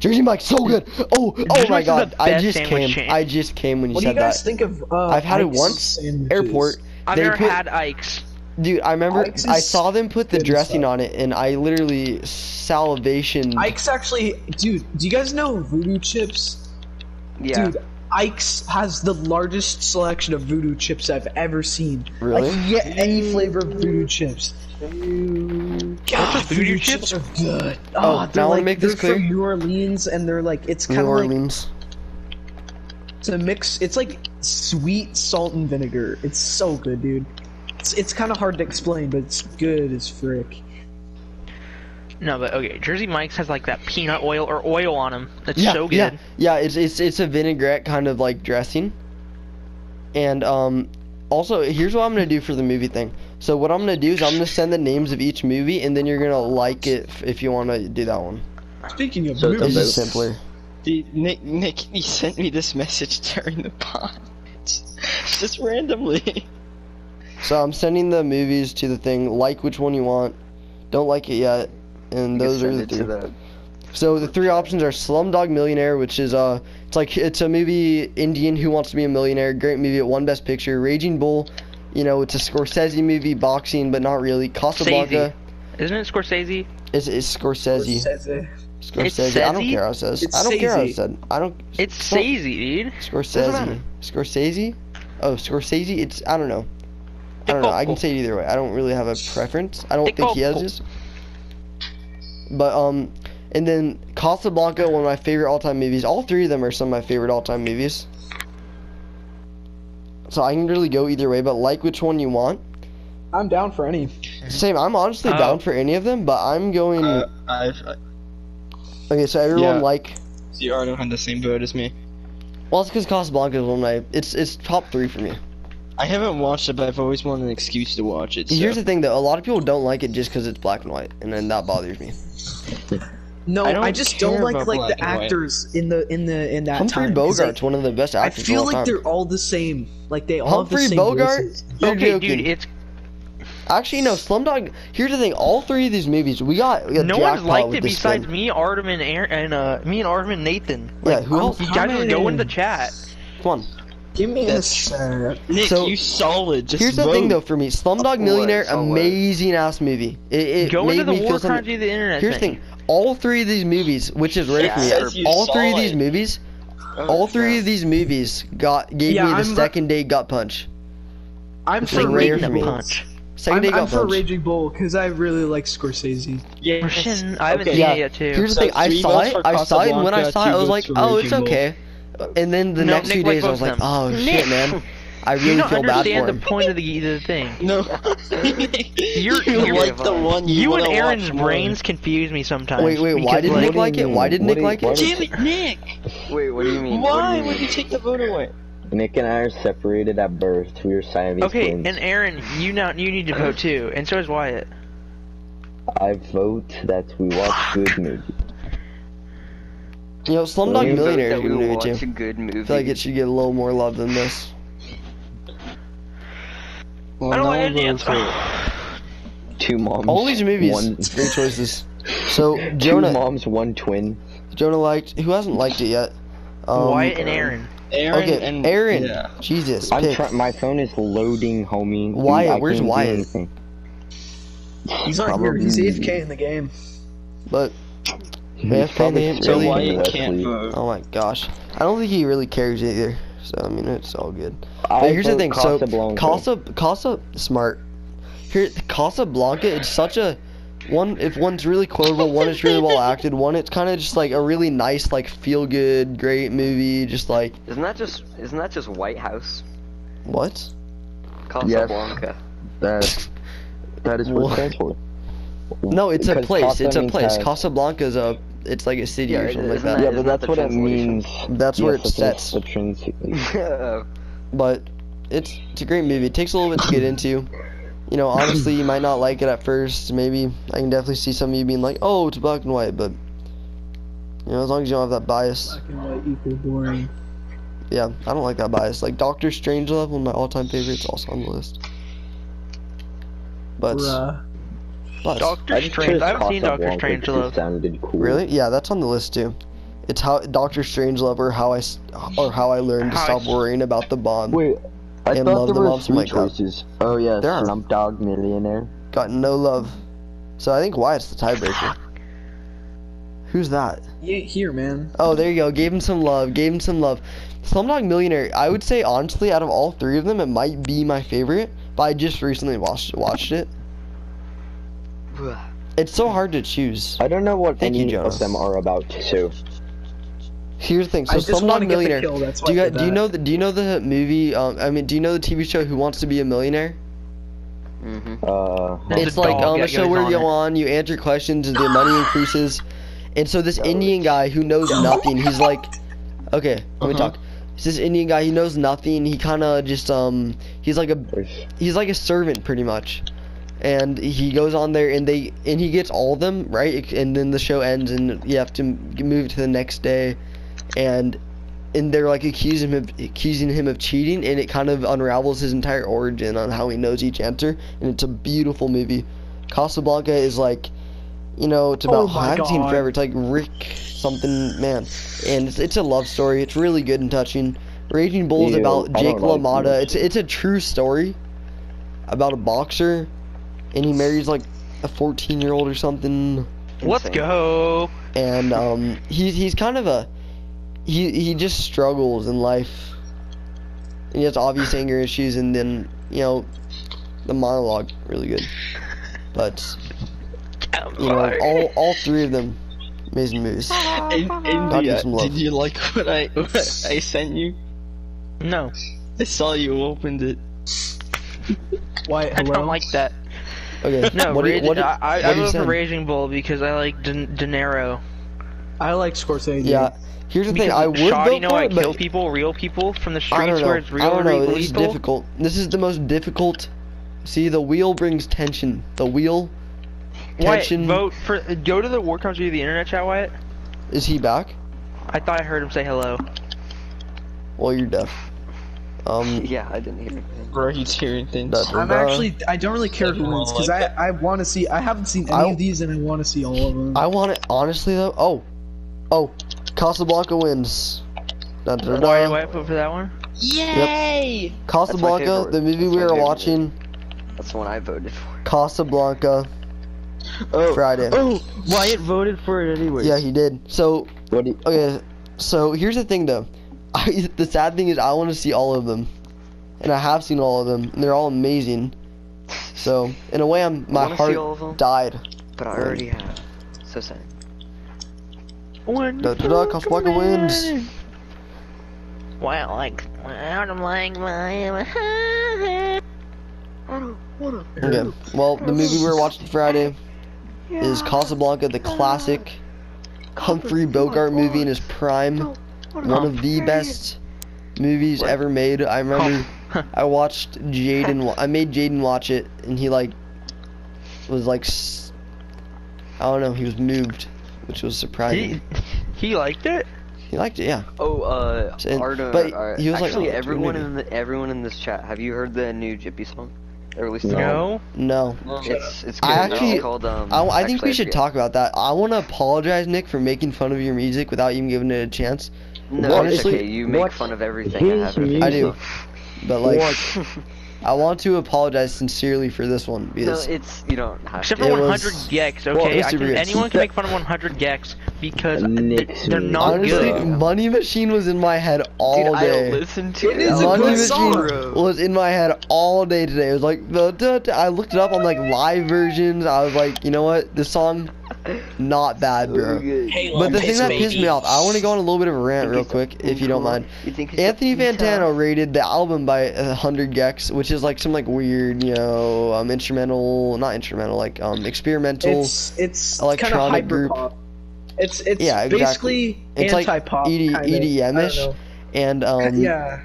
Speaker 2: Jersey Mike's so good. Oh, oh my
Speaker 3: Jersey Mike's is
Speaker 2: god,
Speaker 3: the
Speaker 2: I
Speaker 3: best
Speaker 2: just
Speaker 3: sandwich
Speaker 2: came.
Speaker 3: chain.
Speaker 2: I just came when you
Speaker 5: What do you
Speaker 2: said
Speaker 5: guys
Speaker 2: that.
Speaker 5: think of? Uh,
Speaker 2: I've had it
Speaker 5: Ike's
Speaker 2: once.
Speaker 5: sandwiches?
Speaker 2: Airport.
Speaker 3: I've
Speaker 2: They
Speaker 3: never
Speaker 2: put-
Speaker 3: had Ike's.
Speaker 2: Dude, I remember
Speaker 5: Ike's
Speaker 2: I
Speaker 5: is
Speaker 2: saw them put the
Speaker 5: good
Speaker 2: dressing
Speaker 5: stuff.
Speaker 2: on it, and I literally salivation.
Speaker 5: Ike's actually, dude. Do you guys know voodoo chips?
Speaker 4: Yeah.
Speaker 5: Dude, Ike's has the largest selection of voodoo chips I've ever seen.
Speaker 2: Really?
Speaker 5: Like, yeah, any flavor of voodoo chips. God, voodoo, chips? are good.
Speaker 2: Oh,
Speaker 5: Oh, they're
Speaker 2: now I wanna
Speaker 5: like
Speaker 2: make this
Speaker 5: they're from
Speaker 2: clear.
Speaker 5: New Orleans, and they're like it's
Speaker 2: New
Speaker 5: kind of like
Speaker 2: Orleans.
Speaker 5: it's a mix. It's like sweet salt and vinegar. It's so good, dude. It's it's kind of hard to explain, but it's good as frick.
Speaker 3: No, but okay, Jersey Mike's has like that peanut oil or oil on them. That's
Speaker 2: yeah,
Speaker 3: so good.
Speaker 2: Yeah, yeah, it's it's it's a vinaigrette kind of like dressing. And um Also, here's what I'm gonna do for the movie thing. So what I'm gonna do is I'm gonna send the names of each movie, and then you're gonna like it f- if you wanna do that one.
Speaker 5: Speaking of
Speaker 1: So it's a
Speaker 2: It's
Speaker 5: movies,
Speaker 2: just
Speaker 1: vote.
Speaker 2: simpler.
Speaker 6: Dude, Nick, Nick, he sent me this message during the pod, just randomly.
Speaker 2: So I'm sending the movies to the thing. Like which one you want. Don't like it yet. And
Speaker 4: You can
Speaker 2: those are
Speaker 4: send
Speaker 2: the
Speaker 4: it
Speaker 2: three.
Speaker 4: to the
Speaker 2: So the three options are Slumdog Millionaire, which is uh, it's like it's a movie Indian who wants to be a millionaire. Great movie at one Best Picture. Raging Bull, you know, it's a Scorsese movie, boxing, but not really. Casablanca,
Speaker 3: Isn't it Scorsese?
Speaker 2: it's, it's Scorsese.
Speaker 5: Scorsese.
Speaker 2: Scorsese.
Speaker 3: It's
Speaker 2: I don't
Speaker 3: Sezi?
Speaker 2: care how it says.
Speaker 5: It's
Speaker 2: I don't care how it
Speaker 5: Sezi.
Speaker 2: said. I don't.
Speaker 3: It's
Speaker 2: Well-
Speaker 3: Sazy, dude. Doesn't
Speaker 2: Scorsese.
Speaker 3: matter.
Speaker 2: Scorsese. Oh, Scorsese. It's I don't know. I don't know. I can say it either way. I don't really have a preference. I don't think he has this. But um, and then Casablanca, one of my favorite all-time movies. All three of them are some of my favorite all-time movies. So I can really go either way, but like which one you want.
Speaker 5: I'm down for any.
Speaker 2: Same. I'm honestly
Speaker 3: Oh.
Speaker 2: down for any of them, but I'm going.
Speaker 6: Uh, I've, uh,
Speaker 2: okay, so everyone
Speaker 6: yeah.
Speaker 2: like.
Speaker 6: you are not on the same boat as me.
Speaker 2: Well, it's because Casablanca is one of my. It's it's top three for me.
Speaker 6: I haven't watched it, but I've always wanted an excuse to watch it. So.
Speaker 2: Here's the thing, though. A lot of people don't like it just because it's black and white, and then that bothers me.
Speaker 5: No,
Speaker 6: I
Speaker 5: I,
Speaker 6: don't
Speaker 5: just
Speaker 6: care
Speaker 5: don't like
Speaker 6: about
Speaker 5: like
Speaker 6: black
Speaker 5: the
Speaker 6: and white.
Speaker 5: actors in the in the in that
Speaker 2: Humphrey
Speaker 5: time, 'cause, like,
Speaker 2: Bogart's one of the best
Speaker 5: I
Speaker 2: actors
Speaker 5: feel
Speaker 2: of all
Speaker 5: like
Speaker 2: time.
Speaker 5: they're all the same. Like they all
Speaker 2: Humphrey
Speaker 5: have the same
Speaker 2: Bogart.
Speaker 5: voices.
Speaker 2: You're
Speaker 3: okay,
Speaker 2: joking.
Speaker 3: dude, it's
Speaker 2: Actually, no. Slumdog. Here's the thing. All three of these movies, we got. We got
Speaker 3: no
Speaker 2: jackpot
Speaker 3: one's liked
Speaker 2: with
Speaker 3: it
Speaker 2: this
Speaker 3: besides
Speaker 2: thing.
Speaker 3: me, Artem, and Aaron, and uh, me and Artem and Nathan.
Speaker 2: Yeah. Who else?
Speaker 3: You guys just go in the chat.
Speaker 2: Come on.
Speaker 5: Give me
Speaker 6: That's-
Speaker 5: sec.
Speaker 6: Nick,
Speaker 2: So-
Speaker 6: you solid. Just
Speaker 2: Here's the
Speaker 6: vote.
Speaker 2: thing, though. For me, Slumdog
Speaker 4: Upload,
Speaker 2: Millionaire,
Speaker 4: upload.
Speaker 2: amazing ass movie. It, it
Speaker 3: Go
Speaker 2: made
Speaker 3: into the
Speaker 2: me feel
Speaker 3: war crimes
Speaker 2: something.
Speaker 3: of the internet.
Speaker 2: Here's the thing. All three of these movies, which is rare
Speaker 4: Yeah, it
Speaker 2: for
Speaker 6: says
Speaker 2: me,
Speaker 6: you
Speaker 2: all
Speaker 6: saw
Speaker 2: three of
Speaker 6: it.
Speaker 2: these movies,
Speaker 6: Oh,
Speaker 2: all three
Speaker 6: yeah.
Speaker 2: of these movies got gave
Speaker 5: Yeah,
Speaker 2: me the
Speaker 5: I'm-
Speaker 2: second day gut punch.
Speaker 5: I'm
Speaker 2: like
Speaker 5: for
Speaker 2: rare for
Speaker 5: Raging
Speaker 2: me.
Speaker 5: Bull.
Speaker 2: Second
Speaker 5: I'm,
Speaker 2: day
Speaker 5: I'm
Speaker 2: gut
Speaker 5: for
Speaker 2: punch.
Speaker 5: Raging Bull because I really like Scorsese.
Speaker 3: We're
Speaker 6: Yes.
Speaker 3: shitting- I haven't
Speaker 6: Okay.
Speaker 3: seen
Speaker 2: Yeah,
Speaker 3: it yet, too.
Speaker 2: Here's the
Speaker 6: So
Speaker 2: thing. I
Speaker 6: three
Speaker 2: saw
Speaker 6: votes
Speaker 2: it.
Speaker 6: for
Speaker 2: I saw it, and when I
Speaker 6: Casablanca,
Speaker 2: saw it, I
Speaker 6: two
Speaker 2: was like,
Speaker 6: votes for
Speaker 2: "Oh, it's
Speaker 6: Raging Bull."
Speaker 2: okay." And then the
Speaker 3: No,
Speaker 2: next few
Speaker 3: Nick, like
Speaker 2: days, I was
Speaker 3: both
Speaker 2: like,
Speaker 3: them.
Speaker 2: "Oh shit,
Speaker 3: Nick!
Speaker 2: man! I
Speaker 3: you
Speaker 2: really
Speaker 3: don't
Speaker 2: feel bad for
Speaker 3: understand
Speaker 2: him."
Speaker 3: the point of the, the thing.
Speaker 6: No.
Speaker 3: You're-
Speaker 6: you
Speaker 3: you're-
Speaker 6: like the one you,
Speaker 3: You and
Speaker 6: wanna
Speaker 3: Aaron's
Speaker 6: watch more.
Speaker 3: brains confuse me sometimes.
Speaker 2: Wait, wait. Why
Speaker 3: because,
Speaker 2: did
Speaker 3: like,
Speaker 2: Nick like it? Why did
Speaker 1: What
Speaker 2: Nick
Speaker 1: do you-
Speaker 2: like
Speaker 1: why
Speaker 2: it?
Speaker 1: do you-
Speaker 6: Damn it, Nick!
Speaker 4: Wait, what do you mean?
Speaker 6: Why
Speaker 4: What do
Speaker 6: would you
Speaker 4: you mean?
Speaker 6: take the vote away?
Speaker 1: Nick and I are separated at birth. We are Siamese
Speaker 3: Okay,
Speaker 1: twins.
Speaker 3: and Aaron, you now you need to vote too, and so is Wyatt.
Speaker 1: I vote that we watch good movies.
Speaker 2: You know, Slumdog
Speaker 1: You vote
Speaker 2: Millionaire is a
Speaker 4: that we
Speaker 2: good movie
Speaker 4: watch a
Speaker 2: too.
Speaker 4: good movie.
Speaker 2: I feel like it should get a little more love than this.
Speaker 6: Well,
Speaker 3: I don't
Speaker 6: no
Speaker 3: want
Speaker 6: one
Speaker 3: any
Speaker 6: voted for it.
Speaker 3: answer.
Speaker 1: Two moms.
Speaker 2: All these movies,
Speaker 1: One,
Speaker 2: three choices. So
Speaker 1: two
Speaker 2: Jonah,
Speaker 1: moms, one twin.
Speaker 2: Jonah liked. Who hasn't liked it yet? Um,
Speaker 3: Oh, Wyatt and Aaron.
Speaker 6: Aaron
Speaker 2: Okay,
Speaker 6: and
Speaker 2: Aaron.
Speaker 6: Yeah.
Speaker 2: Jesus,
Speaker 1: I'm
Speaker 2: pick.
Speaker 1: try- my phone is loading, homie. Dude,
Speaker 2: Wyatt,
Speaker 1: I
Speaker 2: where's
Speaker 1: can't do
Speaker 2: Wyatt?
Speaker 1: anything.
Speaker 5: He's not here. He's AFK in the game.
Speaker 2: But
Speaker 1: He's probably
Speaker 2: AFK in the
Speaker 6: So
Speaker 1: streaming
Speaker 2: Really?
Speaker 6: Wyatt
Speaker 1: directly.
Speaker 6: can't vote.
Speaker 2: oh my gosh, I don't think he really cares either. So I mean, it's all good.
Speaker 1: I
Speaker 2: But here's the
Speaker 1: vote
Speaker 2: thing. So
Speaker 1: Casablanca.
Speaker 2: Casa Casa smart. Here Casablanca. It's such a one. If one's really quotable, one is really well acted. One, it's kind of just like a really nice, like feel good, great movie. Just like
Speaker 4: Isn't that just isn't that just White House?
Speaker 2: what?
Speaker 4: Casablanca.
Speaker 1: That, that is what it stands for.
Speaker 2: No, it's a
Speaker 1: Because
Speaker 2: place.
Speaker 1: Casa
Speaker 2: it's a
Speaker 1: means
Speaker 2: place.
Speaker 1: house.
Speaker 2: Casablanca is a. It's like a city
Speaker 4: Yeah,
Speaker 2: or
Speaker 4: it
Speaker 2: something like
Speaker 4: is.
Speaker 2: that.
Speaker 4: Isn't
Speaker 1: yeah, but that's
Speaker 4: that the
Speaker 1: what it
Speaker 4: translation?
Speaker 1: means.
Speaker 2: That's where
Speaker 1: Yes,
Speaker 2: it
Speaker 1: that's
Speaker 2: sets.
Speaker 1: The translation.
Speaker 4: Mm-hmm.
Speaker 2: But it's it's a great movie. It takes a little bit to get into. You know, honestly, you might not like it at first. Maybe I can definitely see some of you being like, "Oh, it's black and white," but you know, as long as you don't have that bias.
Speaker 5: Black and white equal boring.
Speaker 2: Yeah, I don't like that bias. Like Doctor Strangelove, one of my all-time favorites, also on the list. But,
Speaker 5: Bruh.
Speaker 2: but
Speaker 3: Doctor Strange. I haven't seen Doctor Strange
Speaker 1: though.
Speaker 3: though.
Speaker 1: Sounded cool.
Speaker 2: really, yeah, that's on the list too. It's how Doctor Strangelove or how I s- or how I learned to
Speaker 3: How I
Speaker 2: stop
Speaker 3: s-
Speaker 2: worrying about the bomb.
Speaker 1: Wait, I
Speaker 2: And
Speaker 1: thought
Speaker 2: Love
Speaker 1: there
Speaker 2: the
Speaker 1: were
Speaker 2: Mobs
Speaker 1: three
Speaker 2: Might Come.
Speaker 1: choices. Oh yeah,
Speaker 2: There are.
Speaker 1: Slump Dog Millionaire.
Speaker 2: Got no love. So I think Wyatt's the tiebreaker. Who's that?
Speaker 5: You ain't here, man.
Speaker 2: Oh, there you go. Gave him some love. Gave him some love. Slumdog Millionaire. I would say honestly, out of all three of them, it might be my favorite. But I just recently watched watched it. It's so hard to choose.
Speaker 1: I don't know what
Speaker 2: Thank you,
Speaker 1: any
Speaker 2: Jonah.
Speaker 1: of them are about. So
Speaker 2: Here's the thing. So
Speaker 5: I just want
Speaker 2: Slumdog
Speaker 5: to get
Speaker 2: Millionaire.
Speaker 5: the kill. That's why
Speaker 2: Do you
Speaker 5: I
Speaker 2: guys,
Speaker 5: did
Speaker 2: do you
Speaker 5: that.
Speaker 2: know the do you know the movie? Um, I mean, do you know the TV show Who Wants to Be a Millionaire?
Speaker 4: Mm-hmm.
Speaker 1: uh,
Speaker 3: There's
Speaker 2: it's
Speaker 3: a
Speaker 2: like
Speaker 3: dog
Speaker 2: um, a
Speaker 3: that
Speaker 2: show
Speaker 3: goes
Speaker 2: where
Speaker 3: on
Speaker 2: you
Speaker 3: it.
Speaker 2: go on, you answer questions, and the money increases. And so this Indian guy who knows nothing, he's like, okay, let me
Speaker 6: Uh-huh.
Speaker 2: talk. It's this Indian guy, he knows nothing. He kind of just um, He's like a
Speaker 1: There's,
Speaker 2: he's like a servant pretty much and he goes on there and they and he gets all of them right and then the show ends and you have to m- move to the next day and and they're like accusing him of, accusing him of cheating and it kind of unravels his entire origin on how he knows each answer and it's a beautiful movie casablanca is like you know it's about
Speaker 5: Oh my
Speaker 2: hunting
Speaker 5: God.
Speaker 2: forever it's like rick something man and it's, it's a love story it's really good and touching raging bull is
Speaker 1: Ew,
Speaker 2: about
Speaker 1: I
Speaker 2: jake
Speaker 1: don't like
Speaker 2: lamotta
Speaker 1: this.
Speaker 2: it's, it's a true story about a boxer and he marries like a 14 year old or something
Speaker 3: Let's
Speaker 4: Insane.
Speaker 3: go.
Speaker 2: and um he's he's kind of a he he just struggles in life and he has obvious anger issues and then you know the monologue really good but you know all all three of them amazing movies
Speaker 6: In,
Speaker 2: you
Speaker 6: India,
Speaker 2: some love.
Speaker 6: did you like what I what I sent you?
Speaker 3: No,
Speaker 6: I saw you opened it.
Speaker 5: Why?
Speaker 3: I
Speaker 5: hello?
Speaker 3: don't like that.
Speaker 2: okay
Speaker 3: No,
Speaker 2: what do you-
Speaker 3: Rage-
Speaker 2: what do-
Speaker 3: I, I,
Speaker 2: what
Speaker 3: I
Speaker 2: do you
Speaker 3: vote for
Speaker 2: send?
Speaker 3: Raging Bull because I like De, De Niro.
Speaker 5: I like Scorsese.
Speaker 2: yeah here's the thing
Speaker 3: Because
Speaker 2: i would
Speaker 3: Shaw, you
Speaker 2: vote
Speaker 3: know
Speaker 2: for
Speaker 3: I
Speaker 2: it
Speaker 3: kill
Speaker 2: but
Speaker 3: people, real people from the
Speaker 2: I don't
Speaker 3: streets
Speaker 2: know.
Speaker 3: where it's real
Speaker 2: I don't know.
Speaker 3: legal.
Speaker 2: This is difficult. This is the most difficult. See, the wheel brings tension. The wheel.
Speaker 3: Wyatt,
Speaker 2: Tension.
Speaker 3: vote for. Go to the War Crimes Review, the internet chat, Wyatt.
Speaker 2: Is he back?
Speaker 3: I thought I heard him say hello.
Speaker 2: Well, you're deaf. Um.
Speaker 4: Yeah, I didn't hear anything.
Speaker 6: Bro, he's hearing things.
Speaker 2: That-
Speaker 5: I'm actually. I don't really care who wins because I I want to see. I haven't seen any
Speaker 2: I-
Speaker 5: of these, and I want to see all of them.
Speaker 2: I want it honestly though. Oh, oh, Casablanca wins. Dun, dun, dun,
Speaker 3: Why
Speaker 2: dun.
Speaker 3: Wyatt vote for that one?
Speaker 6: Yay!
Speaker 2: Casablanca,
Speaker 4: favorite.
Speaker 2: the movie
Speaker 4: That's
Speaker 2: we
Speaker 4: my
Speaker 2: were
Speaker 4: favorite.
Speaker 2: watching.
Speaker 4: That's the one I voted for.
Speaker 2: Casablanca,
Speaker 6: Oh,
Speaker 2: Friday.
Speaker 6: oh, Wyatt voted for it anyway.
Speaker 2: Yeah, he did. So
Speaker 1: what do you,
Speaker 2: okay, so here's the thing though. I, the sad thing is I want to see all of them, and I have seen all of them, and they're all amazing. So in a way, I'm my
Speaker 4: wanna see all of
Speaker 2: heart
Speaker 4: them.
Speaker 2: died.
Speaker 4: But I
Speaker 2: Right.
Speaker 4: already have. So sad.
Speaker 3: When
Speaker 2: Da, da, da,
Speaker 3: the
Speaker 2: Casablanca
Speaker 3: fuck am I
Speaker 2: wins.
Speaker 3: in? Wyatt like. I'm like.
Speaker 2: Okay. Well, the movie we were watching Friday is Casablanca, the classic Humphrey Bogart movie in his prime. One of the best movies ever made. I remember I watched Jaden. wa- I made Jaden watch it, and he like was like s- I don't know. He was moved, which was
Speaker 3: He,
Speaker 2: surprising.
Speaker 3: he liked it.
Speaker 2: He liked it. Yeah.
Speaker 4: Oh, uh,
Speaker 2: So-
Speaker 4: Arda,
Speaker 2: but
Speaker 4: uh,
Speaker 2: he was like, "Oh,
Speaker 4: actually
Speaker 2: it's a good
Speaker 4: everyone
Speaker 2: movie."
Speaker 4: in the, everyone in this chat. Have you heard the new Jippy song? They released it.
Speaker 3: No.
Speaker 2: No.
Speaker 4: It's it's good.
Speaker 2: I actually-
Speaker 4: it's called um.
Speaker 2: I, I think
Speaker 4: actually,
Speaker 2: we should
Speaker 4: forget.
Speaker 2: talk about that. I want to apologize, Nick, for making fun of your music without even giving it a chance.
Speaker 4: No,
Speaker 2: honestly,
Speaker 4: it's okay. You make
Speaker 1: what
Speaker 4: fun of everything that
Speaker 1: is
Speaker 4: happens.
Speaker 2: I do. But like,
Speaker 4: What?
Speaker 2: I want to apologize sincerely for this one
Speaker 4: no,
Speaker 2: because
Speaker 4: it's you don't have
Speaker 3: Except
Speaker 4: to.
Speaker 3: for
Speaker 2: It
Speaker 3: 100
Speaker 2: was-
Speaker 3: gex,
Speaker 2: it
Speaker 3: okay?
Speaker 2: was
Speaker 3: I can,
Speaker 2: serious.
Speaker 3: anyone can make fun of 100 gex because they're,
Speaker 1: Nixie.
Speaker 3: they're not
Speaker 2: honestly,
Speaker 3: good.
Speaker 2: Money Machine was in my head all
Speaker 4: Dude, I
Speaker 2: day.
Speaker 4: listened to
Speaker 5: It is a
Speaker 2: Money
Speaker 5: good
Speaker 2: Machine
Speaker 5: song.
Speaker 2: was in my head all day today. It was like the da, da- I looked it up on like live versions. I was like, you know what, this song, not bad, bro. But the thing that pissed me off, I want to go on a little bit of a rant real quick, if you don't mind.
Speaker 4: You think he's a
Speaker 2: Anthony
Speaker 4: peacock?
Speaker 2: Fantano rated the album by 100 Gex, which is like some like weird, you know, um, instrumental, not instrumental, like um, experimental.
Speaker 5: It's it's kind of
Speaker 2: electronic
Speaker 5: hyper
Speaker 2: group.
Speaker 5: pop. It's it's
Speaker 2: Yeah, exactly.
Speaker 5: basically
Speaker 2: It's like E
Speaker 5: anti-pop.
Speaker 2: ED
Speaker 5: kinda.
Speaker 2: EDM-ish
Speaker 5: I don't
Speaker 2: and um,
Speaker 5: know. yeah.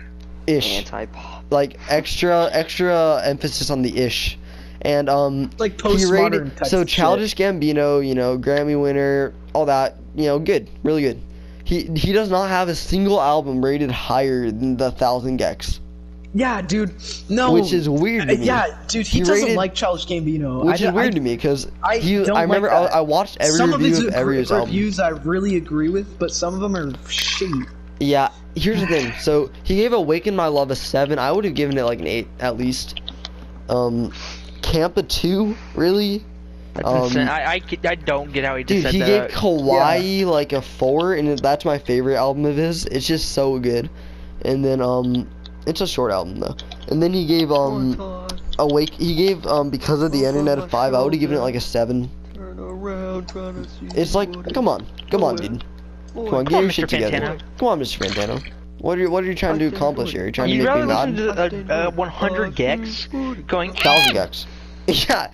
Speaker 2: ish,
Speaker 4: Anti-pop.
Speaker 2: like extra extra emphasis on the ish, and um,
Speaker 5: Like
Speaker 2: he
Speaker 5: postmodern
Speaker 2: rated
Speaker 5: type
Speaker 2: so
Speaker 5: shit.
Speaker 2: Childish Gambino, you know, Grammy winner, all that, you know, good, really good. He he does not have a single album rated higher than the thousand Gex,
Speaker 5: Yeah, dude. No. Uh,
Speaker 2: which is weird. To me.
Speaker 5: Yeah, dude. He,
Speaker 2: He
Speaker 5: doesn't
Speaker 2: rated-
Speaker 5: like Childish Gambino.
Speaker 2: which
Speaker 5: I,
Speaker 2: is
Speaker 5: I-
Speaker 2: weird to me because
Speaker 5: I
Speaker 2: he.
Speaker 5: don't
Speaker 2: I remember
Speaker 5: like that.
Speaker 2: I, I watched every
Speaker 5: some of
Speaker 2: review
Speaker 5: his
Speaker 2: of, every
Speaker 5: agree-
Speaker 2: his album.
Speaker 5: reviews I really agree with, but some of them are shitty.
Speaker 2: Yeah, here's the thing. So he gave "Awaken My Love" a seven. I would have given it like an eight at least. Um, Camp a two, really?
Speaker 3: That's
Speaker 2: Um,
Speaker 3: insane. I, I, ca- I don't get how he just
Speaker 2: Dude,
Speaker 3: said
Speaker 2: he gave
Speaker 3: that.
Speaker 2: Kawaii like a four, and that's my favorite album of his. It's just so good. And then um, it's a short album though. And then he gave um, awake. He gave um, because of the internet a five. I would have given it like a seven. It's like, come on, come on, dude. Come on,
Speaker 3: Come
Speaker 2: get
Speaker 3: on,
Speaker 2: your
Speaker 3: Mr.
Speaker 2: shit together.
Speaker 3: Fantano.
Speaker 2: Come on, Mr. Fantano. What are you What are you trying to accomplish here? Are you trying to
Speaker 3: You'd
Speaker 2: make me
Speaker 3: rather
Speaker 2: mad?
Speaker 3: listen to uh, uh, 100 gex going
Speaker 2: thousand gex. Yeah.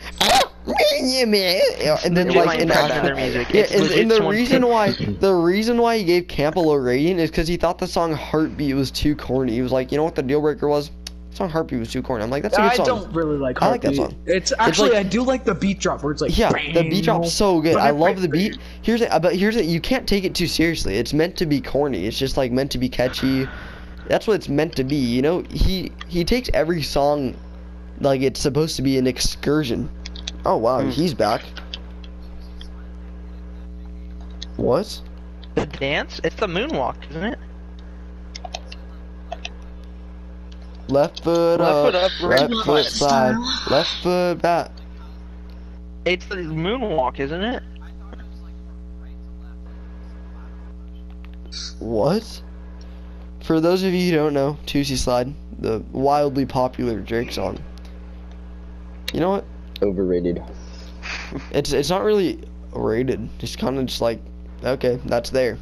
Speaker 2: and then
Speaker 3: Dude,
Speaker 2: like
Speaker 3: my
Speaker 2: in
Speaker 3: impression of their music.
Speaker 2: yeah,
Speaker 3: It's
Speaker 2: and,
Speaker 3: legit
Speaker 2: and the
Speaker 3: someone
Speaker 2: reason
Speaker 3: took-
Speaker 2: why the reason why he gave Camp a low rating is because he thought the song "Heartbeat" was too corny. He was like, you know what the deal breaker was? song Harpy was too corny. I'm like, that's a good
Speaker 5: I
Speaker 2: song.
Speaker 5: don't really like.
Speaker 2: I like that
Speaker 5: Heartbeat.
Speaker 2: song.
Speaker 5: It's actually
Speaker 2: like-
Speaker 5: I do like the beat drop where it's like
Speaker 2: Yeah, the
Speaker 5: bang.
Speaker 2: beat drop's so good. I love the
Speaker 5: bang,
Speaker 2: beat. Here's it, but here's it. You can't take it too seriously. It's meant to be corny. It's just like meant to be catchy. That's what it's meant to be. You know, he he takes every song like it's supposed to be an excursion. Oh wow,
Speaker 6: Hmm.
Speaker 2: he's back. What?
Speaker 3: The dance? It's the moonwalk, isn't it?
Speaker 2: Left foot
Speaker 6: Left
Speaker 2: up,
Speaker 6: foot up,
Speaker 2: right
Speaker 6: right
Speaker 2: foot
Speaker 6: foot
Speaker 2: side, left foot back.
Speaker 3: It's the moonwalk, isn't it?
Speaker 2: What? For those of you who don't know, Tuesday Slide, the wildly popular Drake song. You know what?
Speaker 1: Overrated.
Speaker 2: It's it's not really rated. It's kind of just like, okay, that's there.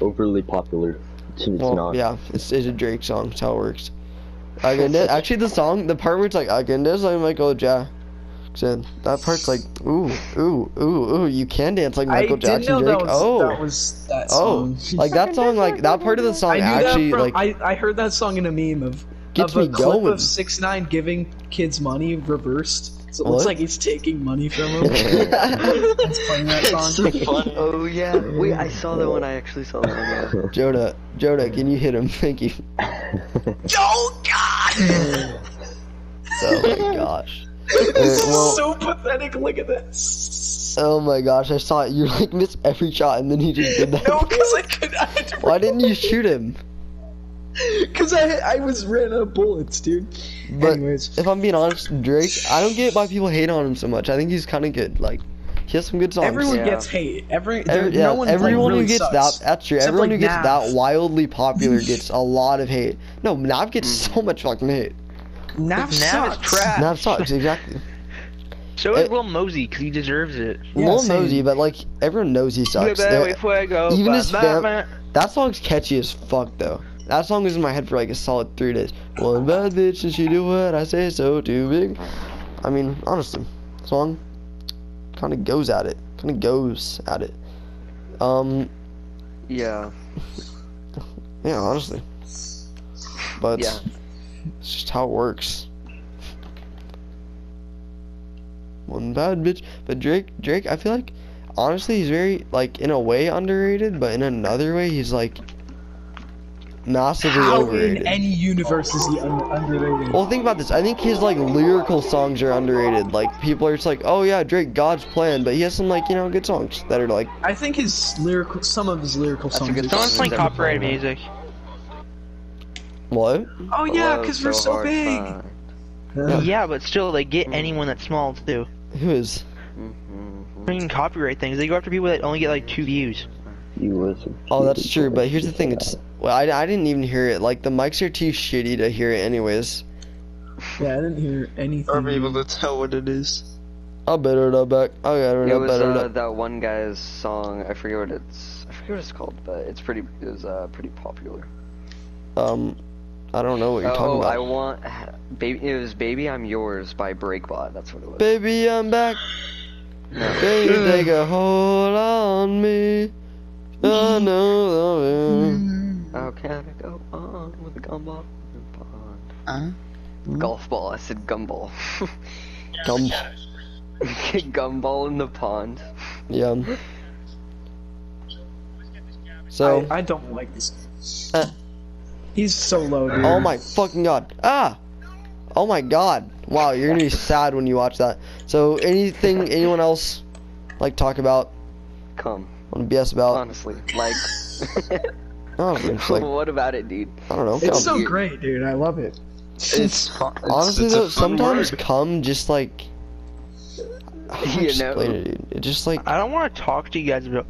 Speaker 1: Overly popular. It's
Speaker 2: well,
Speaker 1: not.
Speaker 2: yeah, it's, it's a Drake song. That's how it works. Agenda, actually, the song, the part where it's like Agenda's like Michael Jackson. That part's like, ooh, ooh, ooh, ooh. You can dance like Michael
Speaker 5: I
Speaker 2: Jackson,
Speaker 5: didn't know
Speaker 2: Drake.
Speaker 5: that was
Speaker 2: oh,
Speaker 5: that was that
Speaker 2: oh,
Speaker 5: song.
Speaker 2: like that song, like that part of the song
Speaker 5: I knew
Speaker 2: actually
Speaker 5: that from,
Speaker 2: like
Speaker 5: I, I heard that song in a meme of
Speaker 2: gets
Speaker 5: of a
Speaker 2: me
Speaker 5: clip
Speaker 2: going.
Speaker 5: of six nine giving kids money reversed. So it
Speaker 2: What?
Speaker 5: looks like he's taking money from them. It's playing that song.
Speaker 4: Oh yeah, wait, I saw that one. I actually saw that one. Yeah.
Speaker 2: Joda, Joda, can you hit him? Thank you.
Speaker 5: Oh god!
Speaker 2: Oh my gosh. Uh,
Speaker 5: This is
Speaker 2: well,
Speaker 5: so pathetic. Look at this.
Speaker 2: oh my gosh, I saw it. You like missed every shot and then he just did that.
Speaker 5: No, because I could.
Speaker 2: Why didn't you shoot him?
Speaker 5: Because I, I was ran out of bullets, dude.
Speaker 2: But
Speaker 5: Anyways,
Speaker 2: if I'm being honest, Drake, I don't get why people hate on him so much. I think he's kind of good. Like, he has some good songs.
Speaker 5: everyone
Speaker 4: Yeah.
Speaker 5: gets hate. Every, there,
Speaker 2: Every- yeah,
Speaker 5: no one, like,
Speaker 2: everyone
Speaker 5: really
Speaker 2: who gets
Speaker 5: sucks.
Speaker 2: that, that's true.
Speaker 5: Except,
Speaker 2: everyone
Speaker 5: like,
Speaker 2: who gets
Speaker 5: Nav.
Speaker 2: that wildly popular gets a lot of hate. No, Nav gets so much fucking hate.
Speaker 5: Mm. Nav
Speaker 3: Because Nav is
Speaker 5: sucks.
Speaker 3: trash.
Speaker 2: Nav sucks, exactly.
Speaker 3: So is
Speaker 2: It-
Speaker 3: Lil Mosey, because he deserves it.
Speaker 5: Yeah,
Speaker 2: Lil
Speaker 5: same.
Speaker 2: Mosey, but like, everyone knows he sucks. They're- even his fam- That song's catchy as fuck though. That song was in my head for like a solid three days. One bad bitch and she do what I say so too big. I mean, honestly, song kind of goes at it. Kind of goes at it. Um,
Speaker 4: Yeah.
Speaker 2: yeah, honestly. But
Speaker 4: Yeah.
Speaker 2: it's just how it works. One bad bitch, but Drake, Drake, I feel like honestly he's very like in a way underrated, but in another way he's like massively
Speaker 5: How
Speaker 2: overrated.
Speaker 5: in any universe is he un- underrated?
Speaker 2: Well, think about this. I think his like lyrical songs are underrated. Like people are just like, oh yeah, Drake, God's plan, but he has some like you know good songs that are like,
Speaker 5: I think his lyrical, some of his lyrical
Speaker 4: That's a
Speaker 5: songs.
Speaker 4: good
Speaker 5: are-
Speaker 4: song.
Speaker 3: Someone's playing
Speaker 4: Never
Speaker 3: copyrighted
Speaker 4: played
Speaker 3: music.
Speaker 2: what?
Speaker 5: Oh yeah,
Speaker 4: Hello,
Speaker 5: because we're so
Speaker 4: hard to
Speaker 5: big.
Speaker 4: find.
Speaker 5: Uh,
Speaker 3: Yeah, but still, they
Speaker 2: Mm-hmm.
Speaker 3: get anyone that's small to do.
Speaker 2: Who is?
Speaker 4: Mhm.
Speaker 3: Freaking copyright things. They go after people that only get like two views.
Speaker 1: You listen.
Speaker 2: Oh, that's true. But here's the thing. It's well, I, I didn't even hear it. Like the mics are too shitty to hear it anyways.
Speaker 5: Yeah, I didn't hear
Speaker 6: Are we
Speaker 5: anything.
Speaker 6: able to tell what it is?
Speaker 2: I better not back. I better
Speaker 4: It
Speaker 2: not
Speaker 4: was
Speaker 2: better
Speaker 4: uh,
Speaker 2: not.
Speaker 4: that one guy's song. I forget what it's. I forget what it's called, but it's pretty. It was uh, pretty popular.
Speaker 2: Um, I don't know what you're
Speaker 4: Oh,
Speaker 2: talking
Speaker 4: I
Speaker 2: about.
Speaker 4: want. Baby, it was "Baby I'm Yours" by Breakbot. That's what it was.
Speaker 2: Baby, I'm back. Baby, take a hold on me. I know.
Speaker 4: How can I go on with a gumball? Bond.
Speaker 6: Huh?
Speaker 4: Golf ball. I said gumball.
Speaker 2: Come.
Speaker 4: gumball in the pond.
Speaker 2: Yeah. So.
Speaker 5: I, I don't like this.
Speaker 2: Uh.
Speaker 5: He's so low, dude.
Speaker 2: Oh my fucking god. Ah! Oh my god. Wow, you're gonna be sad when you watch that. So, anything anyone else like talk about,
Speaker 4: Come.
Speaker 2: want to BS about?
Speaker 4: Honestly, like,
Speaker 2: Honestly, it's like,
Speaker 4: what about it, dude?
Speaker 2: I don't know.
Speaker 5: It's
Speaker 2: come.
Speaker 5: so great, dude. I love it.
Speaker 6: It's fun. It's,
Speaker 2: Honestly
Speaker 6: it's a
Speaker 2: though,
Speaker 6: fun
Speaker 2: sometimes
Speaker 6: word.
Speaker 2: come just like. How do I
Speaker 4: You know.
Speaker 2: explain it, dude? It just like
Speaker 3: I don't want to talk to you guys about.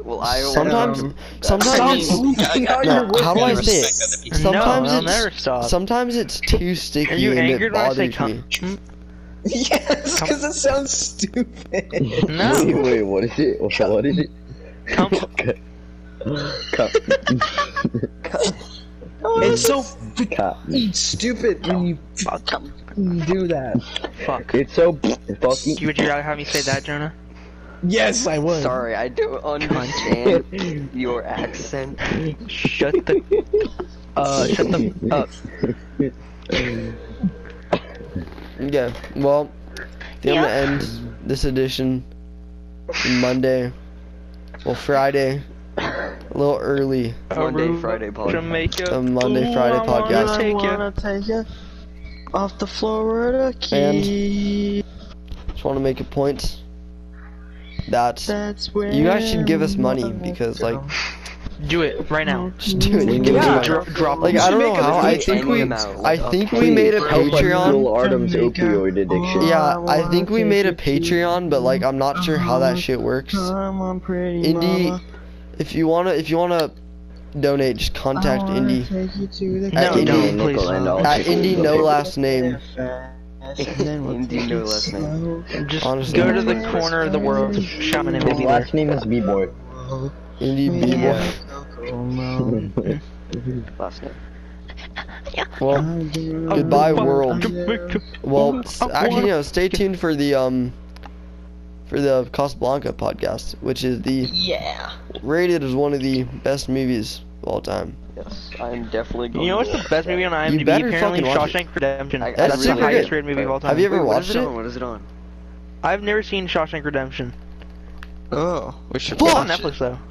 Speaker 4: Well, I wanna-
Speaker 2: sometimes, sometimes.
Speaker 6: I mean,
Speaker 5: bleeping out
Speaker 2: no,
Speaker 5: your
Speaker 2: how do
Speaker 5: words.
Speaker 2: I
Speaker 6: respect
Speaker 2: say
Speaker 6: other
Speaker 2: it?
Speaker 6: people.
Speaker 2: Sometimes
Speaker 3: no, I'll
Speaker 2: it's
Speaker 3: never stop.
Speaker 2: sometimes it's too
Speaker 3: Are
Speaker 2: sticky
Speaker 3: you
Speaker 2: and it
Speaker 3: angered when I say
Speaker 2: bothers
Speaker 3: come?
Speaker 2: me.
Speaker 5: Yes, because it sounds stupid.
Speaker 1: Wait,
Speaker 3: No,
Speaker 1: wait, what is it? What, what is it?
Speaker 3: come.
Speaker 1: Cut. Cut.
Speaker 5: it's so
Speaker 1: Cut.
Speaker 5: fucking stupid when you fucking do that.
Speaker 3: Fuck.
Speaker 1: It's so fucking.
Speaker 3: You would you rather have me say that, Jonah?
Speaker 5: Yes, I would.
Speaker 4: Sorry, I don't understand your accent.
Speaker 3: Shut the Uh, shut the f- up.
Speaker 2: Yeah. Well, I think I'm gonna end this edition on Monday. Well, Friday, a little early.
Speaker 4: Monday,
Speaker 3: Aruba,
Speaker 4: Friday podcast.
Speaker 3: Jamaica.
Speaker 2: The Monday Friday podcast.
Speaker 3: take ya.
Speaker 6: wanna take ya off the Florida
Speaker 2: And-
Speaker 6: Keys.
Speaker 2: Just want to make a point. That's
Speaker 6: That's where
Speaker 2: you guys should give us money
Speaker 6: mother-
Speaker 2: because like
Speaker 3: Do it right now.
Speaker 2: just do it. Just give
Speaker 5: Yeah.
Speaker 2: us money.
Speaker 3: Dro- drop
Speaker 2: Like
Speaker 5: We
Speaker 2: I
Speaker 5: should
Speaker 2: don't know
Speaker 5: make a
Speaker 2: how. Oh, I
Speaker 5: video
Speaker 2: think
Speaker 4: ending
Speaker 2: we
Speaker 4: amount.
Speaker 2: I think we made a
Speaker 1: Help us
Speaker 2: Patreon.
Speaker 1: heal Artem's
Speaker 6: Jamaica.
Speaker 1: opioid addiction.
Speaker 2: Yeah, I think we made a Patreon, but like I'm not sure how that shit works.
Speaker 6: Come on, pretty
Speaker 2: Indy,
Speaker 6: mama.
Speaker 2: if you wanna if you wanna donate, just contact
Speaker 6: I wanna
Speaker 2: Indy
Speaker 6: Take you to the
Speaker 2: At
Speaker 3: No,
Speaker 2: Indy-
Speaker 3: don't, please.
Speaker 1: Nickel and all
Speaker 2: at
Speaker 1: people
Speaker 2: Indy
Speaker 1: will
Speaker 2: no
Speaker 1: pay.
Speaker 2: last name.
Speaker 4: Indy, no last name.
Speaker 3: Just
Speaker 2: Honestly.
Speaker 3: go to the corner of the world, shaman, and we'll
Speaker 1: His
Speaker 3: be there.
Speaker 1: last name is B-Boy.
Speaker 2: Indy B boy.
Speaker 6: Yeah. Slow.
Speaker 4: Last name.
Speaker 2: Well, Goodbye, world.
Speaker 3: Jamaica.
Speaker 2: well, s- actually, no. Stay tuned for the um, for the Casablanca podcast, which is the
Speaker 6: Yeah.
Speaker 2: rated as one of the best movies of all time.
Speaker 4: Yes, I'm definitely going.
Speaker 3: You know what's
Speaker 4: to
Speaker 3: the best movie on
Speaker 2: You
Speaker 3: IMDb?
Speaker 2: better
Speaker 3: Apparently,
Speaker 2: fucking watch it.
Speaker 3: Shawshank Redemption.
Speaker 4: I- I
Speaker 3: That's the
Speaker 2: really
Speaker 3: highest
Speaker 2: did.
Speaker 3: rated movie of all time.
Speaker 2: Have you ever
Speaker 4: Wait,
Speaker 2: watched
Speaker 4: what is
Speaker 2: it?
Speaker 4: it? on? What is it on?
Speaker 3: I've never seen Shawshank Redemption.
Speaker 6: Oh, we should
Speaker 3: It's
Speaker 6: watch
Speaker 3: on
Speaker 6: it.
Speaker 3: Netflix though.